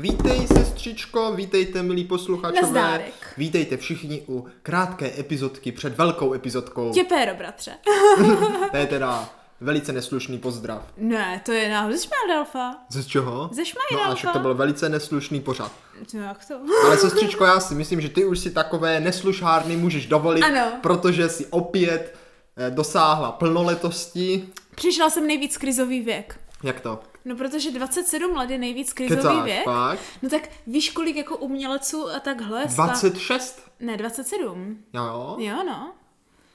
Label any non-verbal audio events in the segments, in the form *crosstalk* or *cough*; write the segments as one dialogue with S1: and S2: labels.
S1: Vítej, sestřičko, vítejte, milí posluchačové.
S2: Nazdárek.
S1: Vítejte všichni u krátké epizodky před velkou epizodkou.
S2: Tě péro, bratře. *laughs*
S1: To je teda velice neslušný pozdrav.
S2: Ne, to je náhodou ze Šmajdelfa.
S1: Ze čeho?
S2: Ze
S1: No a však to byl
S2: Šmajdelfa.
S1: velice neslušný pořad.
S2: No jak to? *laughs*
S1: Ale sestřičko, já si myslím, že ty už si takové neslušárny můžeš dovolit,
S2: Ano.
S1: protože si opět eh, dosáhla plnoletosti.
S2: Přišla jsem nejvíc krizový věk.
S1: Jak to?
S2: No protože 27 let je nejvíc krizový věk.
S1: pak.
S2: No tak víš, kolik jako uměleců a takhle... sta-
S1: 26?
S2: Ne, 27.
S1: Jo.
S2: Jo, no.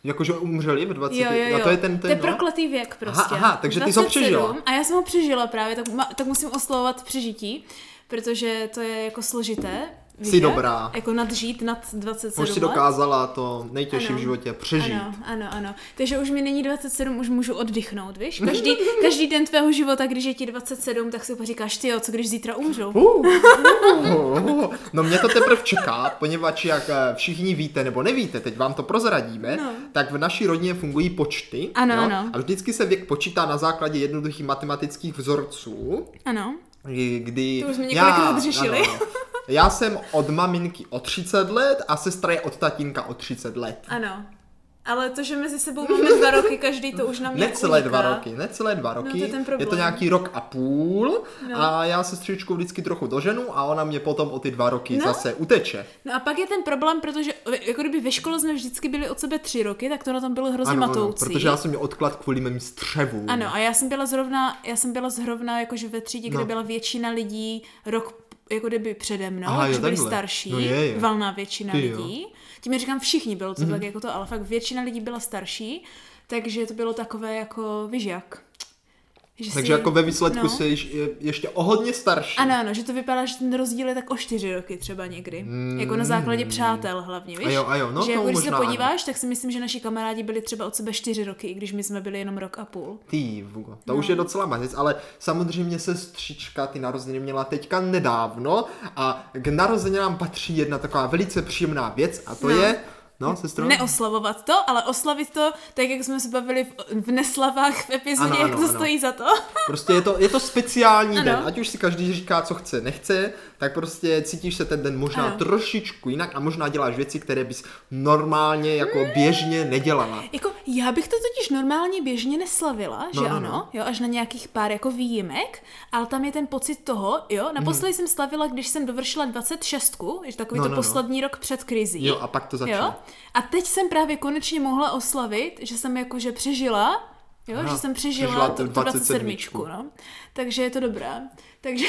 S1: Jakože umřeli v 20.
S2: Jo, jo, jo.
S1: A to je ten, ten
S2: to je
S1: no?
S2: prokletý věk prostě.
S1: aha, takže ty jsi ho
S2: 27
S1: přežila.
S2: A já jsem ho přežila právě, tak, ma, tak musím oslovovat přežití, protože to je jako složité. víš
S1: Jsi
S2: jak?
S1: dobrá.
S2: Jako nadžít nad 27
S1: Už si
S2: let.
S1: dokázala to nejtěžší
S2: Ano.
S1: v životě přežít.
S2: Ano, ano, ano. Takže už mi není 27, už můžu oddychnout, víš?
S1: *laughs*
S2: Každý, každý den tvého života, když je ti 27, tak si úplně říkáš, ty jo, co když zítra umřu?
S1: Uh, uh, no mě to teprve čeká, poněvadž jak eh, všichni víte, nebo nevíte, teď vám to prozradíme,
S2: No.
S1: tak v naší rodině fungují počty.
S2: Ano,
S1: jo?
S2: ano.
S1: A vždycky se věk počítá na základě jednoduchých matematických vzorců,
S2: Ano.
S1: kdy- kdy...
S2: To už jsme
S1: já-
S2: několikrát řešili.
S1: ano, ano. Já jsem od maminky o 30 let a sestra je od tatínka o 30 let.
S2: Ano. Ale to, že mezi sebou máme dva roky, každý to už nám
S1: Necelé dva
S2: uniká. No,
S1: roky, necelé dva roky,
S2: to je ten
S1: je to
S2: problém. No.
S1: nějaký rok a půl a já sestřičku vždycky trochu doženu a ona mě potom o ty dva roky
S2: No.
S1: zase uteče.
S2: No a pak je ten problém, protože jako kdyby ve škole jsme vždycky byli od sebe tři roky, tak to na tom bylo hrozně matoucí.
S1: protože já jsem měl odklad kvůli mým střevům.
S2: Ano, a já jsem byla zrovna, já jsem byla zrovna jakože ve třídě, kde
S1: No.
S2: byla většina lidí rok jako kdyby přede mnou,
S1: Aha,
S2: Aha,
S1: jo,
S2: když byli
S1: takhle.
S2: starší,
S1: No je, je.
S2: valná většina
S1: Ty jo. Mhm.
S2: lidí. Tím říkám všichni, bylo to mm. tak jako to, ale fakt většina lidí byla starší, takže to bylo takové jako, víš jak. Že
S1: Takže jako ve výsledku
S2: no.
S1: se ješ, je, ještě o hodně starší.
S2: Ano, ano, že to vypadá, že ten rozdíl je tak o čtyři roky třeba někdy. Mm. Jako na základě přátel hlavně, víš?
S1: A jo, a jo, no
S2: že
S1: to
S2: jako, když se
S1: možná ano.
S2: podíváš, tak si myslím, že naši kamarádi byli třeba od sebe čtyři roky, i když my jsme byli jenom rok a půl.
S1: Ty, Vugo, to
S2: No.
S1: už je docela mazec, ale samozřejmě se stříčka ty narozeniny měla teďka nedávno a k narozeninám patří jedna taková velice příjemná věc a to
S2: No.
S1: je, no sestro?
S2: Neoslavovat to, ale oslavit to, tak jak jsme se bavili v, v neslavách v epizodě,
S1: Ano,
S2: ano, jak
S1: ano,
S2: to ano.
S1: ano.
S2: stojí za to. *laughs*
S1: Prostě je to, je to speciální ano.
S2: Ano.
S1: den, ať už si každý říká, co chce, nechce, tak prostě cítíš se ten den možná ano.
S2: Ano.
S1: trošičku jinak a možná děláš věci, které bys normálně jako běžně nedělala.
S2: Jako, já bych to totiž normálně běžně neslavila,
S1: No,
S2: že
S1: no,
S2: ano,
S1: no.
S2: jo, až na nějakých pár jako výjimek, ale tam je ten pocit toho,
S1: Hmm.
S2: jo, naposledy mm. jsem slavila, když jsem dovršila 26, že takový
S1: No,
S2: no, to
S1: no, no.
S2: no, poslední rok před krizí.
S1: Jo, a pak to začne.
S2: Jo? A teď jsem právě konečně mohla oslavit, že jsem jakože přežila, jo,
S1: Aha,
S2: že jsem přežila,
S1: přežila
S2: tu,
S1: tu
S2: tu 27.
S1: 27,
S2: No. Takže je to dobré. Takže,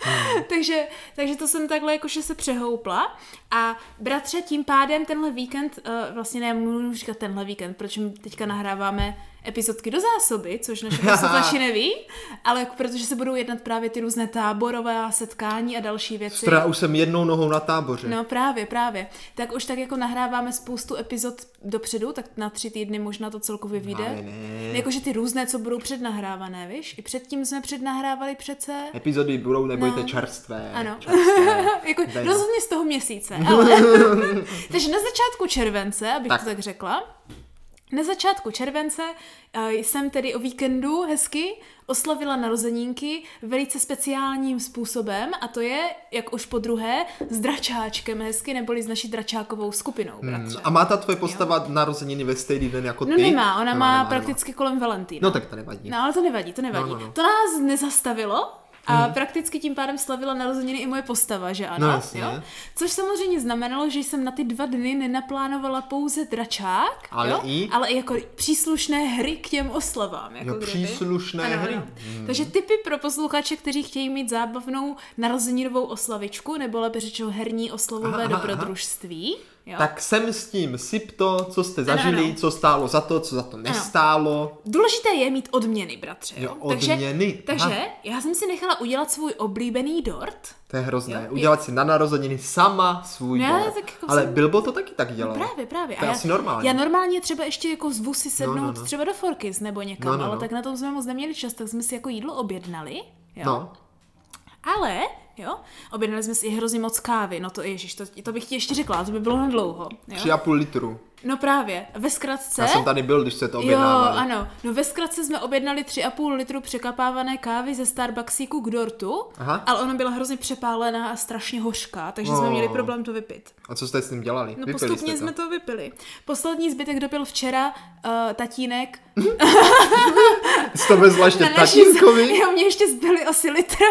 S1: Hmm.
S2: *laughs* takže, takže to jsem takhle jakože se přehoupla a bratře, tím pádem tenhle víkend, uh, vlastně ne, můžu říkat tenhle víkend, proč my teďka nahráváme epizodky do zásoby, což naše
S1: *laughs*
S2: posluchači neví, ale jako protože se budou jednat právě ty různé táborová setkání a další věci.
S1: Sestra, já už jsem jednou nohou na táboře.
S2: No právě, právě. Tak už tak jako nahráváme spoustu epizod dopředu, tak na tři týdny možná to celkově
S1: Ale
S2: vyjde.
S1: ne.
S2: Jakože ty různé, co budou přednahrávané, víš? I předtím jsme přednahrávali přece.
S1: *laughs* Epizody budou, nebojte, no.
S2: No.
S1: čerstvé.
S2: Ano.
S1: Čerstvé.
S2: *laughs* jako,
S1: Dej.
S2: rozhodně z toho měsíce.
S1: *laughs*
S2: Ale... Takže na začátku července, abych
S1: Tak.
S2: tak. to tak řekla, na začátku července eh, jsem tedy o víkendu hezky oslavila narozenínky velice speciálním způsobem a to je, jak už po druhé, s dračáčkem hezky, neboli s naší dračákovou skupinou, bratře.
S1: Hmm, A má ta tvoje postava narozeniny ve stejný den jako ty?
S2: No nemá, ona
S1: Nemá,
S2: má
S1: nemá,
S2: prakticky kolem Valentína.
S1: Nemá. No tak to nevadí.
S2: No ale to nevadí, to nevadí.
S1: No, no, no.
S2: To nás nezastavilo a hmm. prakticky tím pádem slavila narozeniny i moje postava, že ano?
S1: No, jasně.
S2: jo? Což samozřejmě znamenalo, že jsem na ty dva dny nenaplánovala pouze dračák,
S1: Ale
S2: jo?
S1: i?
S2: ale i jako příslušné hry k těm oslavám. Jako
S1: Jo,
S2: kdyby.
S1: příslušné
S2: ano,
S1: hry. Hmm.
S2: Ano. Takže typy pro posluchače, kteří chtějí mít zábavnou narozeninovou oslavičku, nebo lépe řečeno herní
S1: Aha,
S2: oslavové
S1: aha,
S2: dobrodružství. Jo?
S1: Tak sem s tím, syp to, co jste zažili,
S2: ano.
S1: co stálo za to, co za to nestálo.
S2: Důležité je mít odměny, bratře.
S1: Jo, odměny.
S2: Takže,
S1: Aha.
S2: takže já jsem si nechala udělat svůj oblíbený dort.
S1: To je hrozné.
S2: Jo,
S1: Udělat si na narozeniny sama svůj
S2: Ne,
S1: dort.
S2: tak jako
S1: Ale
S2: jsem- No
S1: Bilbo to taky tak dělal.
S2: Právě, právě.
S1: No. To je asi normální.
S2: Já normálně třeba ještě jako zvu si sednout
S1: No,
S2: no,
S1: no,
S2: no,
S1: no.
S2: třeba do Forkys nebo někam,
S1: No,
S2: no,
S1: no,
S2: no, ale
S1: no.
S2: tak na tom jsme moc neměli čas, tak jsme si jako jídlo objednali. Jo?
S1: No,
S2: Ale jo. Objednali jsme si i hrozně moc kávy, no to ježiš, to, to bych ti ještě řekla, to by bylo na dlouho,
S1: Tři
S2: jo.
S1: a půl litru.
S2: No právě, ve zkratce,
S1: Já jsem tady byl, když se to
S2: jo,
S1: objednávali.
S2: ano, no ve zkratce jsme objednali 3,5 litru překapávané kávy ze Starbucksíku k dortu,
S1: Aha.
S2: ale ona byla hrozně přepálená a strašně hořká, takže jsme
S1: Oh.
S2: měli problém to vypít.
S1: A co jste s tím dělali?
S2: No
S1: Vypili
S2: postupně
S1: jste
S2: jsme to vypili. Poslední zbytek dopil včera uh, tatínek.
S1: Jste to zvláště
S2: Na naší se-
S1: tatínkovi,
S2: *laughs* Jo, mě ještě zbyly
S1: *laughs*
S2: asi litr.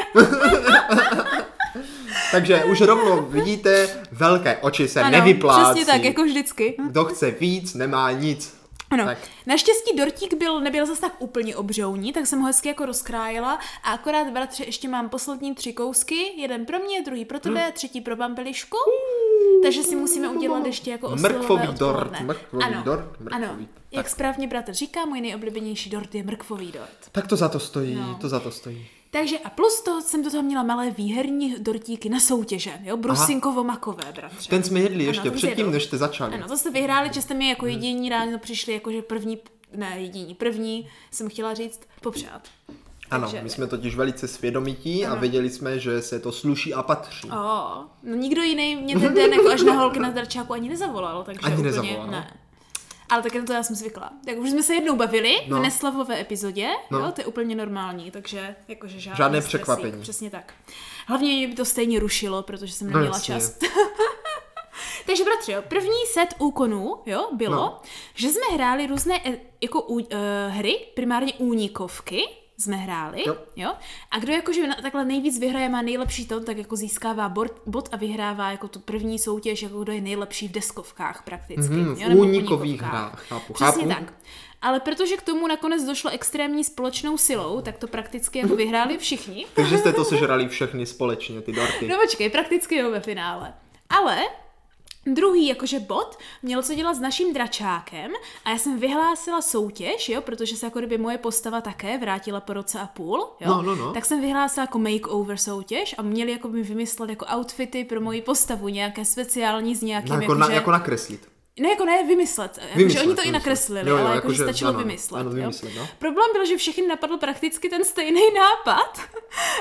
S1: takže už rovnou vidíte, velké oči se nevyplácí.
S2: přesně tak, jako vždycky.
S1: Kdo chce víc, nemá nic.
S2: Ano,
S1: Tak.
S2: tak. naštěstí dortík byl, nebyl zase tak úplně obřouní, tak jsem ho hezky jako rozkrájela a akorát bratře ještě mám poslední tři kousky, jeden pro mě, druhý pro tebe,
S1: Hmm.
S2: třetí pro pampelišku. Takže si musíme udělat ještě jako oslovové
S1: Mrkvový dort,
S2: odpoledne.
S1: mrkvový
S2: ano,
S1: dort, mrkvový.
S2: Ano,
S1: Tak.
S2: jak správně bratr říká, můj nejoblíbenější dort je mrkvový dort.
S1: Tak to za to stojí,
S2: No.
S1: to za to stojí.
S2: Takže a plus toho jsem do toho měla malé výherní dortíky na soutěže, jo, brusinkovo-makové, bratře.
S1: Ten jsme jedli ještě
S2: ten jsme
S1: předtím,
S2: jedli.
S1: než Hmm. jste začali.
S2: Ano, to jste vyhráli, že jste mi jako jediní ráno přišli, jakože první, ne jediní, první, jsem chtěla říct, popřát.
S1: Ano,
S2: Takže-
S1: my jsme totiž velice svědomití a
S2: Ano.
S1: věděli jsme, že se to sluší a patří.
S2: O, no nikdo jiný mě ten den jako až na holky na zdračáku ani nezavolal, takže
S1: Ani
S2: úplně
S1: nezavolal. no.
S2: ne. Ale tak na to já jsem zvykla. Tak už jsme se jednou bavili
S1: No.
S2: no. v neslavové epizodě,
S1: No.
S2: no. jo, to je úplně normální, takže jakože žádný
S1: Žádné
S2: stresík,
S1: překvapení. No
S2: Přesně tak. Hlavně mě by to stejně rušilo, protože jsem neměla
S1: jasně.
S2: čas. takže bratře, jo, první set úkonů, jo, bylo,
S1: No.
S2: no. že jsme hráli různé e, jako ú, e, hry, primárně únikovky jsme hráli,
S1: Jo.
S2: jo. jo. A kdo jakože na- takhle nejvíc vyhraje, má nejlepší to, tak jako získává bord, bod a vyhrává jako tu první soutěž, jako kdo je nejlepší v deskovkách prakticky.
S1: Mhm, v
S2: jo, nebo
S1: únikových
S2: únikovkách.
S1: hrách, chápu,
S2: Přesně
S1: chápu.
S2: tak. Ale protože k tomu nakonec došlo extrémní společnou silou, tak to prakticky jako vyhráli všichni.
S1: Takže jste to sežrali všechny společně, ty dorty.
S2: No počkej, prakticky jo ve finále. Ale druhý jakože bod měl co dělat s naším dračákem a já jsem vyhlásila soutěž, jo, protože se jako kdyby moje postava také vrátila po roce a půl, jo.
S1: No, no, no.
S2: Tak jsem vyhlásila jako makeover soutěž a měli jako by mi vymyslet jako outfity pro moji postavu, nějaké speciální s nějakým
S1: No, jako, na,
S2: jakože...
S1: jako nakreslit.
S2: Ne, jako ne, vymyslet. vymyslet
S1: Vymyslet,
S2: oni to i
S1: vymyslet.
S2: nakreslili,
S1: Jo, jo,
S2: ale jako,
S1: jakože-
S2: že stačilo
S1: ano,
S2: vymyslet.
S1: ano,
S2: jo.
S1: vymyslet, no.
S2: Problém byl, že všechny napadl prakticky ten stejný *laughs* nápad.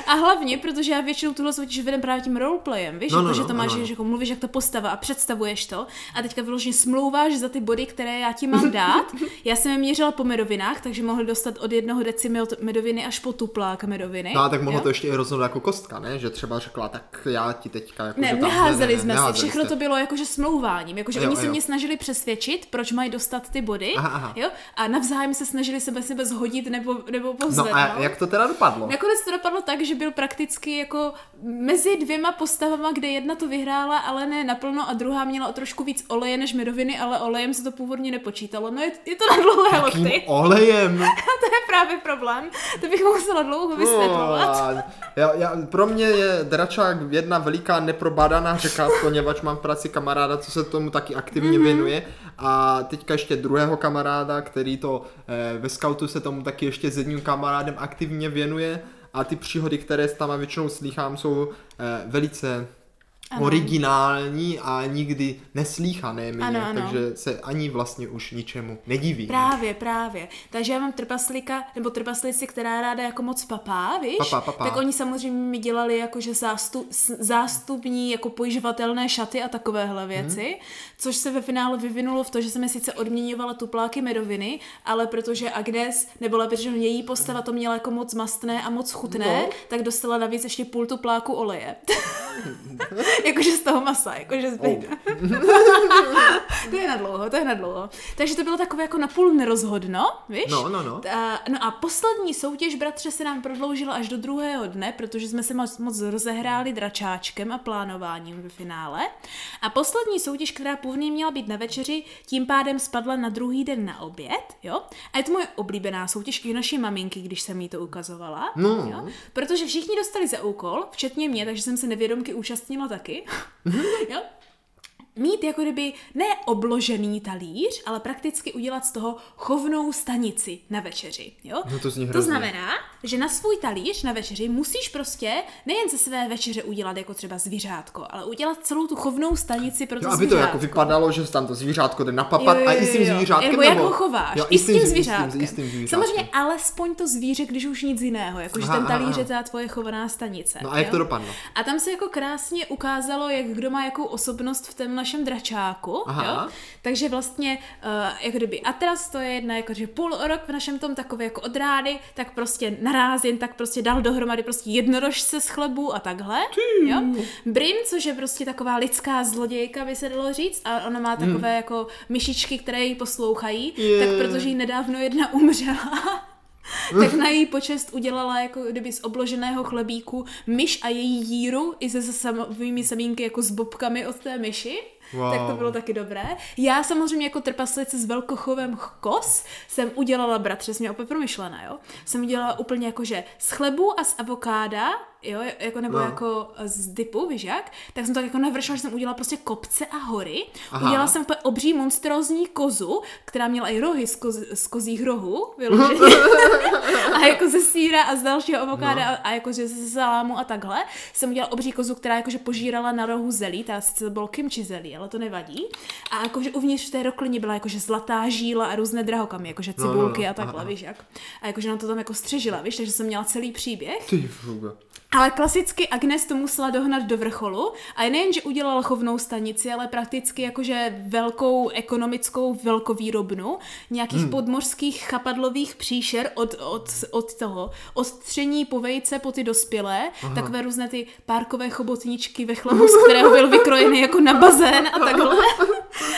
S2: A hlavně, protože já většinou tuhle soutěž vedem právě tím roleplayem, víš,
S1: No,
S2: no,
S1: no,
S2: no, že
S1: no,
S2: to máš,
S1: ano,
S2: no,
S1: ano.
S2: že jako mluvíš jak ta postava a představuješ to. A teďka vyloženě smlouváš za ty body, které já ti
S1: *laughs*
S2: mám dát. Já jsem je měřila po medovinách, takže mohli dostat od jednoho deci med- medoviny až po tuplák medoviny.
S1: No a tak mohlo
S2: jo?
S1: to ještě i rozhodnout jako kostka, ne? Že třeba řekla, tak já ti teďka jako
S2: Ne,
S1: že tam,
S2: neházeli jsme si,
S1: neházeli
S2: všechno
S1: jste.
S2: to bylo jakože smlouváním, jakože
S1: Jo,
S2: oni se
S1: jo.
S2: mě snažili přesvědčit, proč mají dostat ty body,
S1: Aha, aha.
S2: jo, a navzájem se snažili sebe sebe zhodit nebo, nebo pozvednout.
S1: No a jak to teda dopadlo?
S2: Nakonec to dopadlo tak, že byl prakticky jako mezi dvěma postavama, kde jedna to vyhrála, ale ne naplno a druhá měla o trošku víc oleje než medoviny, ale olejem se to původně nepočítalo. No je, je to na dlouhé
S1: Tím
S2: lokty,
S1: olejem.
S2: *laughs* to je právě problém, to bych musela dlouho vysvětlovat.
S1: Oh, já, já, pro mě je dračák jedna veliká neprobádaná řeka, poněvadž mám v práci kamaráda, co se tomu taky
S2: Mhm.
S1: aktivně mm-hmm. věnuje. A teďka ještě druhého kamaráda, který to eh, ve skautu se tomu taky ještě s jedním kamarádem aktivně věnuje. A ty příhody, které tam většinou slýchám, jsou eh, velice ano.
S2: Ano.
S1: originální a nikdy neslíchané mě,
S2: Ano, ano.
S1: takže se ani vlastně už ničemu nedivím.
S2: Právě, právě. Takže já mám trpaslíka, nebo trpaslici, která ráda jako moc papá, víš?
S1: Papá, papá.
S2: Tak oni samozřejmě mi dělali jakože zástup, s- zástupní, jako pojižovatelné šaty a
S1: Mhm.
S2: takovéhle věci, což se ve finále vyvinulo v to, že jsem je sice odměňovala tupláky medoviny, ale protože Agnes, nebo lépe řečeno její postava to měla jako moc mastné a moc chutné,
S1: No.
S2: no. tak dostala navíc ještě půl tupláku oleje. *laughs* jakože z toho masa, jakože z
S1: Oh.
S2: *laughs* to je na dlouho, to je na dlouho. Takže to bylo takové jako napůl nerozhodno, víš?
S1: No, no, no.
S2: A, no a poslední soutěž, bratře, se nám prodloužila až do druhého dne, protože jsme se moc, moc rozehráli dračáčkem a plánováním ve finále. A poslední soutěž, která původně měla být na večeři, tím pádem spadla na druhý den na oběd, jo? A je to moje oblíbená soutěž i naší maminky, když jsem jí to ukazovala.
S1: No.
S2: Jo? Protože všichni dostali za úkol, včetně mě, takže jsem se nevědomky účastnila taky. jo? mít jako kdyby ne obložený talíř, ale prakticky udělat z toho chovnou stanici na večeři. Jo?
S1: No to zní
S2: to
S1: hrozně.
S2: znamená, že na svůj talíř na večeři musíš prostě nejen ze své večeře udělat jako třeba zvířátko, ale udělat celou tu chovnou stanici pro to
S1: Jo, aby to jako
S2: zvířátko.
S1: vypadalo, že tam to zvířátko jde napapat a i s tím zvířátkem.
S2: Nebo jak ho chováš,
S1: Jo,
S2: i s tím
S1: zví-
S2: zvířátkem.
S1: i s tím zvířátkem.
S2: Samozřejmě alespoň to zvíře, když už nic jiného, jakože
S1: Aha,
S2: ten
S1: aha,
S2: talíř
S1: aha.
S2: je ta tvoje chovaná stanice.
S1: No a jak
S2: jo?
S1: to dopadlo?
S2: A tam se jako krásně ukázalo, jak kdo má jakou osobnost v tom našem dračáku.
S1: Aha.
S2: Jo? Takže vlastně, uh, jako kdyby Atlas, to je jedna, jako že půl rok v našem tom takové jako odrády, tak prostě naráz jen tak prostě dal dohromady prostě jednorožce z chlebu a takhle. Jo? Brim, což je prostě taková lidská zlodějka, by se dalo říct, a ona má takové jako myšičky, které ji poslouchají,
S1: Hmm. Je.
S2: tak protože jí nedávno jedna umřela. *laughs* tak na její počest udělala jako kdyby z obloženého chlebíku myš a její díru i se samými semínky jako s bobkami od té myši.
S1: Wow.
S2: Tak to bylo taky dobré. Já samozřejmě jako trpaslice s velkochovem ch- kos jsem udělala, bratře, jsi mě opět promyšlená, jo? Jsem udělala úplně jakože z chlebu a z avokáda, jo, jako nebo
S1: No.
S2: no. jako z dipu, víš jak? Tak jsem to tak jako navršila, že jsem udělala prostě kopce a hory.
S1: Aha.
S2: Aha. Udělala jsem úplně obří monstrózní kozu, která měla i rohy z, koz, z kozích rohů, vyloženě
S1: *laughs*
S2: a jako ze síra a z dalšího avokáda no. a, a jako že ze salámu a takhle jsem udělala obří kozu, která jakože požírala na rohu zelí, ta sice to bylo kimči zelí, ale to nevadí. A jakože uvnitř v té roklině byla jakože zlatá žíla a různé drahokamy, jakože
S1: no, no,
S2: cibulky a
S1: aha,
S2: takhle,
S1: aha.
S2: víš jak. A jakože na to tam jako střežila, víš, takže jsem měla celý příběh.
S1: Ty fuga.
S2: Ale klasicky Agnes to musela dohnat do vrcholu a nejen, že udělala chovnou stanici, ale prakticky jakože velkou ekonomickou velkovýrobnu nějakých hmm. podmořských chapadlových příšer od, od, od toho, od tření po vejce po ty dospělé, Aha. takové různé ty párkové chobotničky ve chlebu, z kterého byl vykrojený jako na bazén a takhle.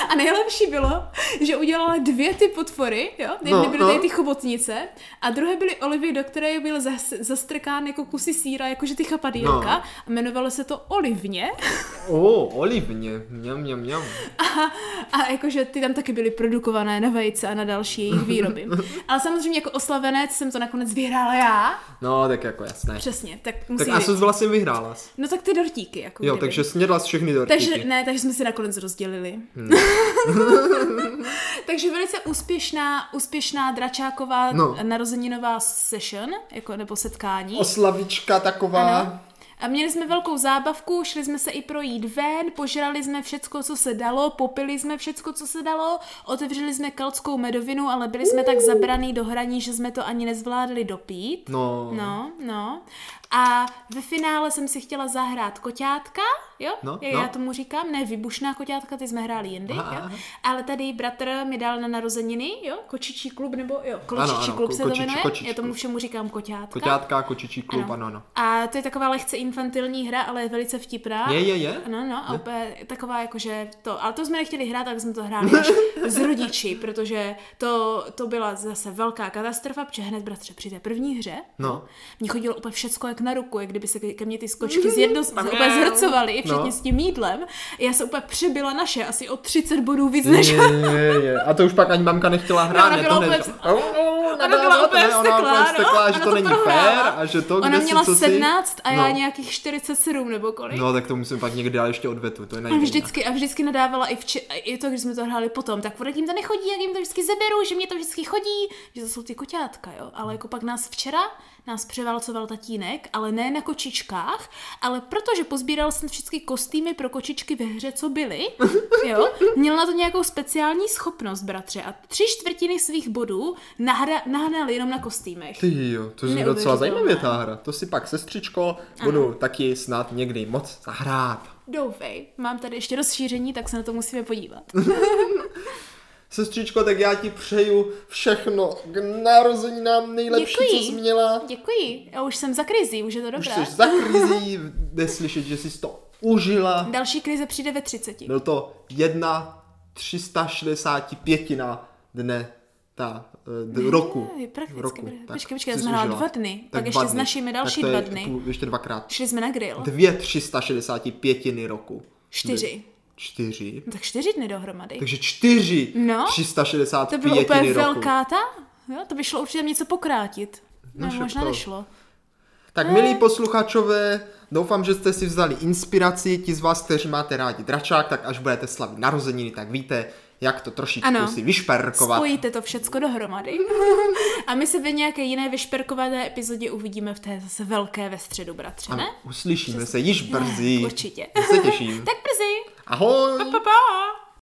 S2: A nejlepší bylo, že udělala dvě ty potvory, jo? Jedny
S1: No,
S2: byly
S1: no.
S2: tady ty chobotnice a druhé byly olivy, do které byl zas, zastrkán jako kusy síra, jakože ty chapadýlka.
S1: No.
S2: No. A jmenovalo se to olivně. *laughs*
S1: O, olivně. Mňam, mňam, mňam.
S2: A jakože ty tam taky byly produkované na vejce a na další jejich výroby.
S1: *laughs*
S2: Ale samozřejmě jako oslavenec jsem to nakonec vyhrála já.
S1: No, tak jako jasné.
S2: Přesně, tak
S1: Tak
S2: musím
S1: a
S2: tak
S1: co jsi vlastně vyhrála? jsi?
S2: No tak ty dortíky, jako
S1: Jo,
S2: kdyby.
S1: takže snědla jsi všechny dortíky. Hmm.
S2: Takže ne, takže jsme si nakonec rozdělili. *laughs* takže velice úspěšná, úspěšná dračáková
S1: No.
S2: no. narozeninová session, jako nebo setkání.
S1: Oslavička taková.
S2: Ano. A měli jsme velkou zábavku, šli jsme se i projít ven, požrali jsme všecko, co se dalo, popili jsme všecko, co se dalo, otevřeli jsme kalckou medovinu, ale byli jsme tak zabraný do hraní, že jsme to ani nezvládli dopít.
S1: No.
S2: No, no. A ve finále jsem si chtěla zahrát koťátka, jo?
S1: No,
S2: Jak
S1: no.
S2: Já tomu říkám, ne vybušná koťátka, ty jsme hráli jindy,
S1: Aha,
S2: jo?
S1: aha.
S2: Ale tady bratr mi dal na narozeniny, jo? Kočičí klub, nebo jo? Kočičí
S1: ano,
S2: klub se
S1: ko- kočičí-
S2: to jmenuje?
S1: kočičí
S2: Já tomu
S1: klub.
S2: všemu říkám koťátka.
S1: Koťátka, kočičí klub, ano, ano.
S2: A to je taková lehce infantilní hra, ale je velice vtipná.
S1: Je, je, je?
S2: No, no, a úplně taková jakože to, ale to jsme nechtěli hrát, tak jsme to hráli až
S1: *laughs*
S2: s rodiči, protože to, to byla zase velká katastrofa, protože hned bratře při té první hře,
S1: No.
S2: mně chodilo úplně všecko jak na ruku, jak kdyby se ke ke mně ty
S1: *laughs*
S2: skočky zjedno, úplně zhrcovaly, i všichni
S1: No.
S2: s tím jídlem. Já se úplně přebyla naše, asi o 30 bodů víc
S1: Je,
S2: *laughs*
S1: no,
S2: než
S1: je, je. A to už pak ani mamka nechtěla hrát,
S2: ona
S1: ne,
S2: byla
S1: to ne. no,
S2: úplně
S1: Ona,
S2: Ona byla úplně
S1: Ona byla
S2: vzteklá,
S1: úplně vzteklá,
S2: no.
S1: že
S2: Ona
S1: to
S2: to
S1: není
S2: prohrála.
S1: fair a že to,
S2: Ona
S1: kde
S2: měla
S1: si, co
S2: 17
S1: si...
S2: a já
S1: no.
S2: nějakých 47 nebo kolik.
S1: No, tak to musím pak někdy dát ještě odvetu, to je
S2: A
S1: najdůležitější.
S2: vždycky, a vždycky nadávala i, vči, a i to, když jsme to hráli potom, tak proč jim to nechodí, jak jim to vždycky zeberu, že mě to vždycky chodí, že to jsou ty koťátka, jo. Ale jako pak nás včera, nás převálcoval tatínek, ale ne na kočičkách, ale protože pozbíral jsem všechny kostýmy pro kočičky ve hře, co byly, jo, měl na to nějakou speciální schopnost, bratře, a tři čtvrtiny svých bodů nahra, nahnal jenom na kostýmech.
S1: Ty jo, to je docela
S2: Neuvěřitelné.
S1: zajímavě ta hra. To si pak sestřičko budu taky snad někdy moc zahrát.
S2: Doufej, mám tady ještě rozšíření, tak se na to musíme podívat.
S1: Sestřičko, tak já ti přeju všechno k narozeninám nejlepší,
S2: Děkuji.
S1: co jsi měla.
S2: Děkuji, já už jsem za krizí, už je to
S1: Už
S2: dobré.
S1: jsi za krizí, jde slyšet, že jsi to užila.
S2: Další krize přijde ve 30.
S1: Byl to jedna 365 dne ta, eh, d- roku.
S2: je prakticky,
S1: roku.
S2: br-
S1: Tak
S2: počkej, počkej,
S1: jsi
S2: já jsem hrála
S1: užila.
S2: dva dny,
S1: Tak
S2: pak
S1: dva
S2: ještě s našimi další
S1: tak to
S2: dva
S1: je
S2: dny.
S1: půl- Ještě dvakrát.
S2: Šli jsme na grill.
S1: Dvě 365 roku.
S2: Čtyři.
S1: Čtyři.
S2: No, tak čtyři dny dohromady.
S1: Takže čtyři
S2: No.
S1: 365
S2: To bylo úplně
S1: roku.
S2: velká ta? Jo, to by šlo určitě něco pokrátit. No,
S1: šlo
S2: možná
S1: to.
S2: nešlo.
S1: Tak milí posluchačové, doufám, že jste si vzali inspiraci, ti z vás, kteří máte rádi dračák, tak až budete slavit narozeniny, tak víte, jak to trošičku
S2: Ano.
S1: si vyšperkovat.
S2: Spojíte to
S1: *laughs*
S2: všecko dohromady. A my se ve nějaké jiné vyšperkované epizodě uvidíme v té zase velké ve středu, bratře,
S1: Ano,
S2: ne?
S1: uslyšíme se již brzy.
S2: Určitě. *laughs*
S1: Já se těším.
S2: Tak brzy.
S1: Ahoj!
S2: Pa, pa.